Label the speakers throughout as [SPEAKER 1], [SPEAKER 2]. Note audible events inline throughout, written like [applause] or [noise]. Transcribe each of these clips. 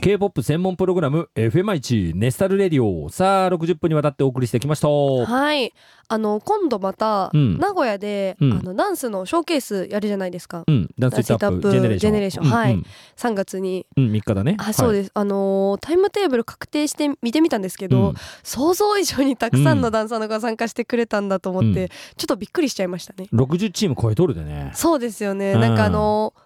[SPEAKER 1] k p o p 専門プログラム FM1 ネスタルレディオさあ60分にわたってお送りしてきました
[SPEAKER 2] はいあの今度また
[SPEAKER 1] うん
[SPEAKER 2] 名古屋で、
[SPEAKER 1] うん
[SPEAKER 2] あのダンスのショーケースやるじゃないですか、
[SPEAKER 1] うんダンスイットアップジェネレーション
[SPEAKER 2] ジェネレーションはい
[SPEAKER 1] うん
[SPEAKER 2] 3月に
[SPEAKER 1] うんうん、3日だね
[SPEAKER 2] あそう
[SPEAKER 1] す
[SPEAKER 2] です、あのータイムテーブル確定して見てみたんですけど、想像以上にたくさんのダンサーの方が参加してくれたんだと思って、
[SPEAKER 1] うん
[SPEAKER 2] ちょっとびっくりしちゃいましたね、
[SPEAKER 1] 60チーム超えとるでね
[SPEAKER 2] そうですよね、
[SPEAKER 1] うん
[SPEAKER 2] なんかあのー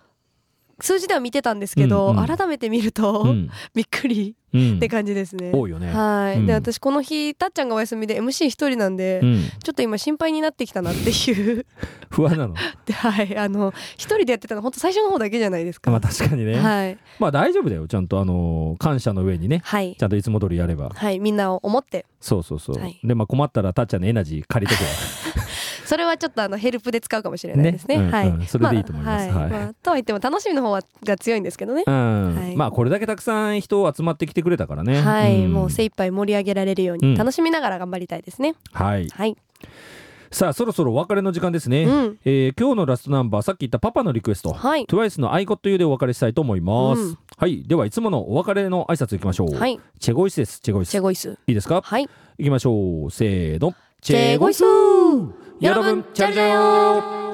[SPEAKER 2] 数字では見てたんですけど、
[SPEAKER 1] うんうん
[SPEAKER 2] 改めて見ると、
[SPEAKER 1] うん、
[SPEAKER 2] びっくり
[SPEAKER 1] うん
[SPEAKER 2] って感じですね、
[SPEAKER 1] 多いよね
[SPEAKER 2] はい、
[SPEAKER 1] うん
[SPEAKER 2] で私この日たっちゃんがお休みで MC 一人なんで、
[SPEAKER 1] うん、
[SPEAKER 2] ちょっと今心配になってきたなっていう
[SPEAKER 1] 不
[SPEAKER 2] [laughs]
[SPEAKER 1] 安なの
[SPEAKER 2] ではいあの一人でやってたの本当最初の方だけじゃないですか、
[SPEAKER 1] まあ確かにね、
[SPEAKER 2] はい
[SPEAKER 1] まあ大丈夫だよちゃんとあのー感謝の上にね
[SPEAKER 2] はい
[SPEAKER 1] ちゃんといつも通りやれば
[SPEAKER 2] はいみんなを思って
[SPEAKER 1] そうそうそう、
[SPEAKER 2] はい
[SPEAKER 1] でまあ困ったらたっちゃんのエナジー借りとけ
[SPEAKER 2] それはちょっとあのヘルプで使うかもしれないですね
[SPEAKER 1] ねうん
[SPEAKER 2] はい、
[SPEAKER 1] うんそれでいいと思います
[SPEAKER 2] あ
[SPEAKER 1] はい
[SPEAKER 2] あとは言っても楽しみの方はが強いんですけどね、 [laughs]
[SPEAKER 1] うん
[SPEAKER 2] はい
[SPEAKER 1] まあこれだけたくさん人集まってきてくれたからね
[SPEAKER 2] はい、
[SPEAKER 1] ん
[SPEAKER 2] もう精一杯盛り上げられるよう
[SPEAKER 1] うん
[SPEAKER 2] に楽しみながら頑張りたいですね、
[SPEAKER 1] はい
[SPEAKER 2] はい、
[SPEAKER 1] さあそろそろお別れの時間ですね、
[SPEAKER 2] うん
[SPEAKER 1] えー今日のラストナンバーさっき言ったパパのリクエスト、
[SPEAKER 2] はい
[SPEAKER 1] TWICE の「I got you」でお別れしたいと思います、
[SPEAKER 2] うん
[SPEAKER 1] はいではいつものお別れの挨拶いきましょう、
[SPEAKER 2] はい
[SPEAKER 1] チェゴイスですチェゴイス
[SPEAKER 2] チェゴイス
[SPEAKER 1] いいですか
[SPEAKER 2] はい
[SPEAKER 1] いきましょうせーのチ
[SPEAKER 2] ェゴイス
[SPEAKER 1] ェゴイス여러분잘자요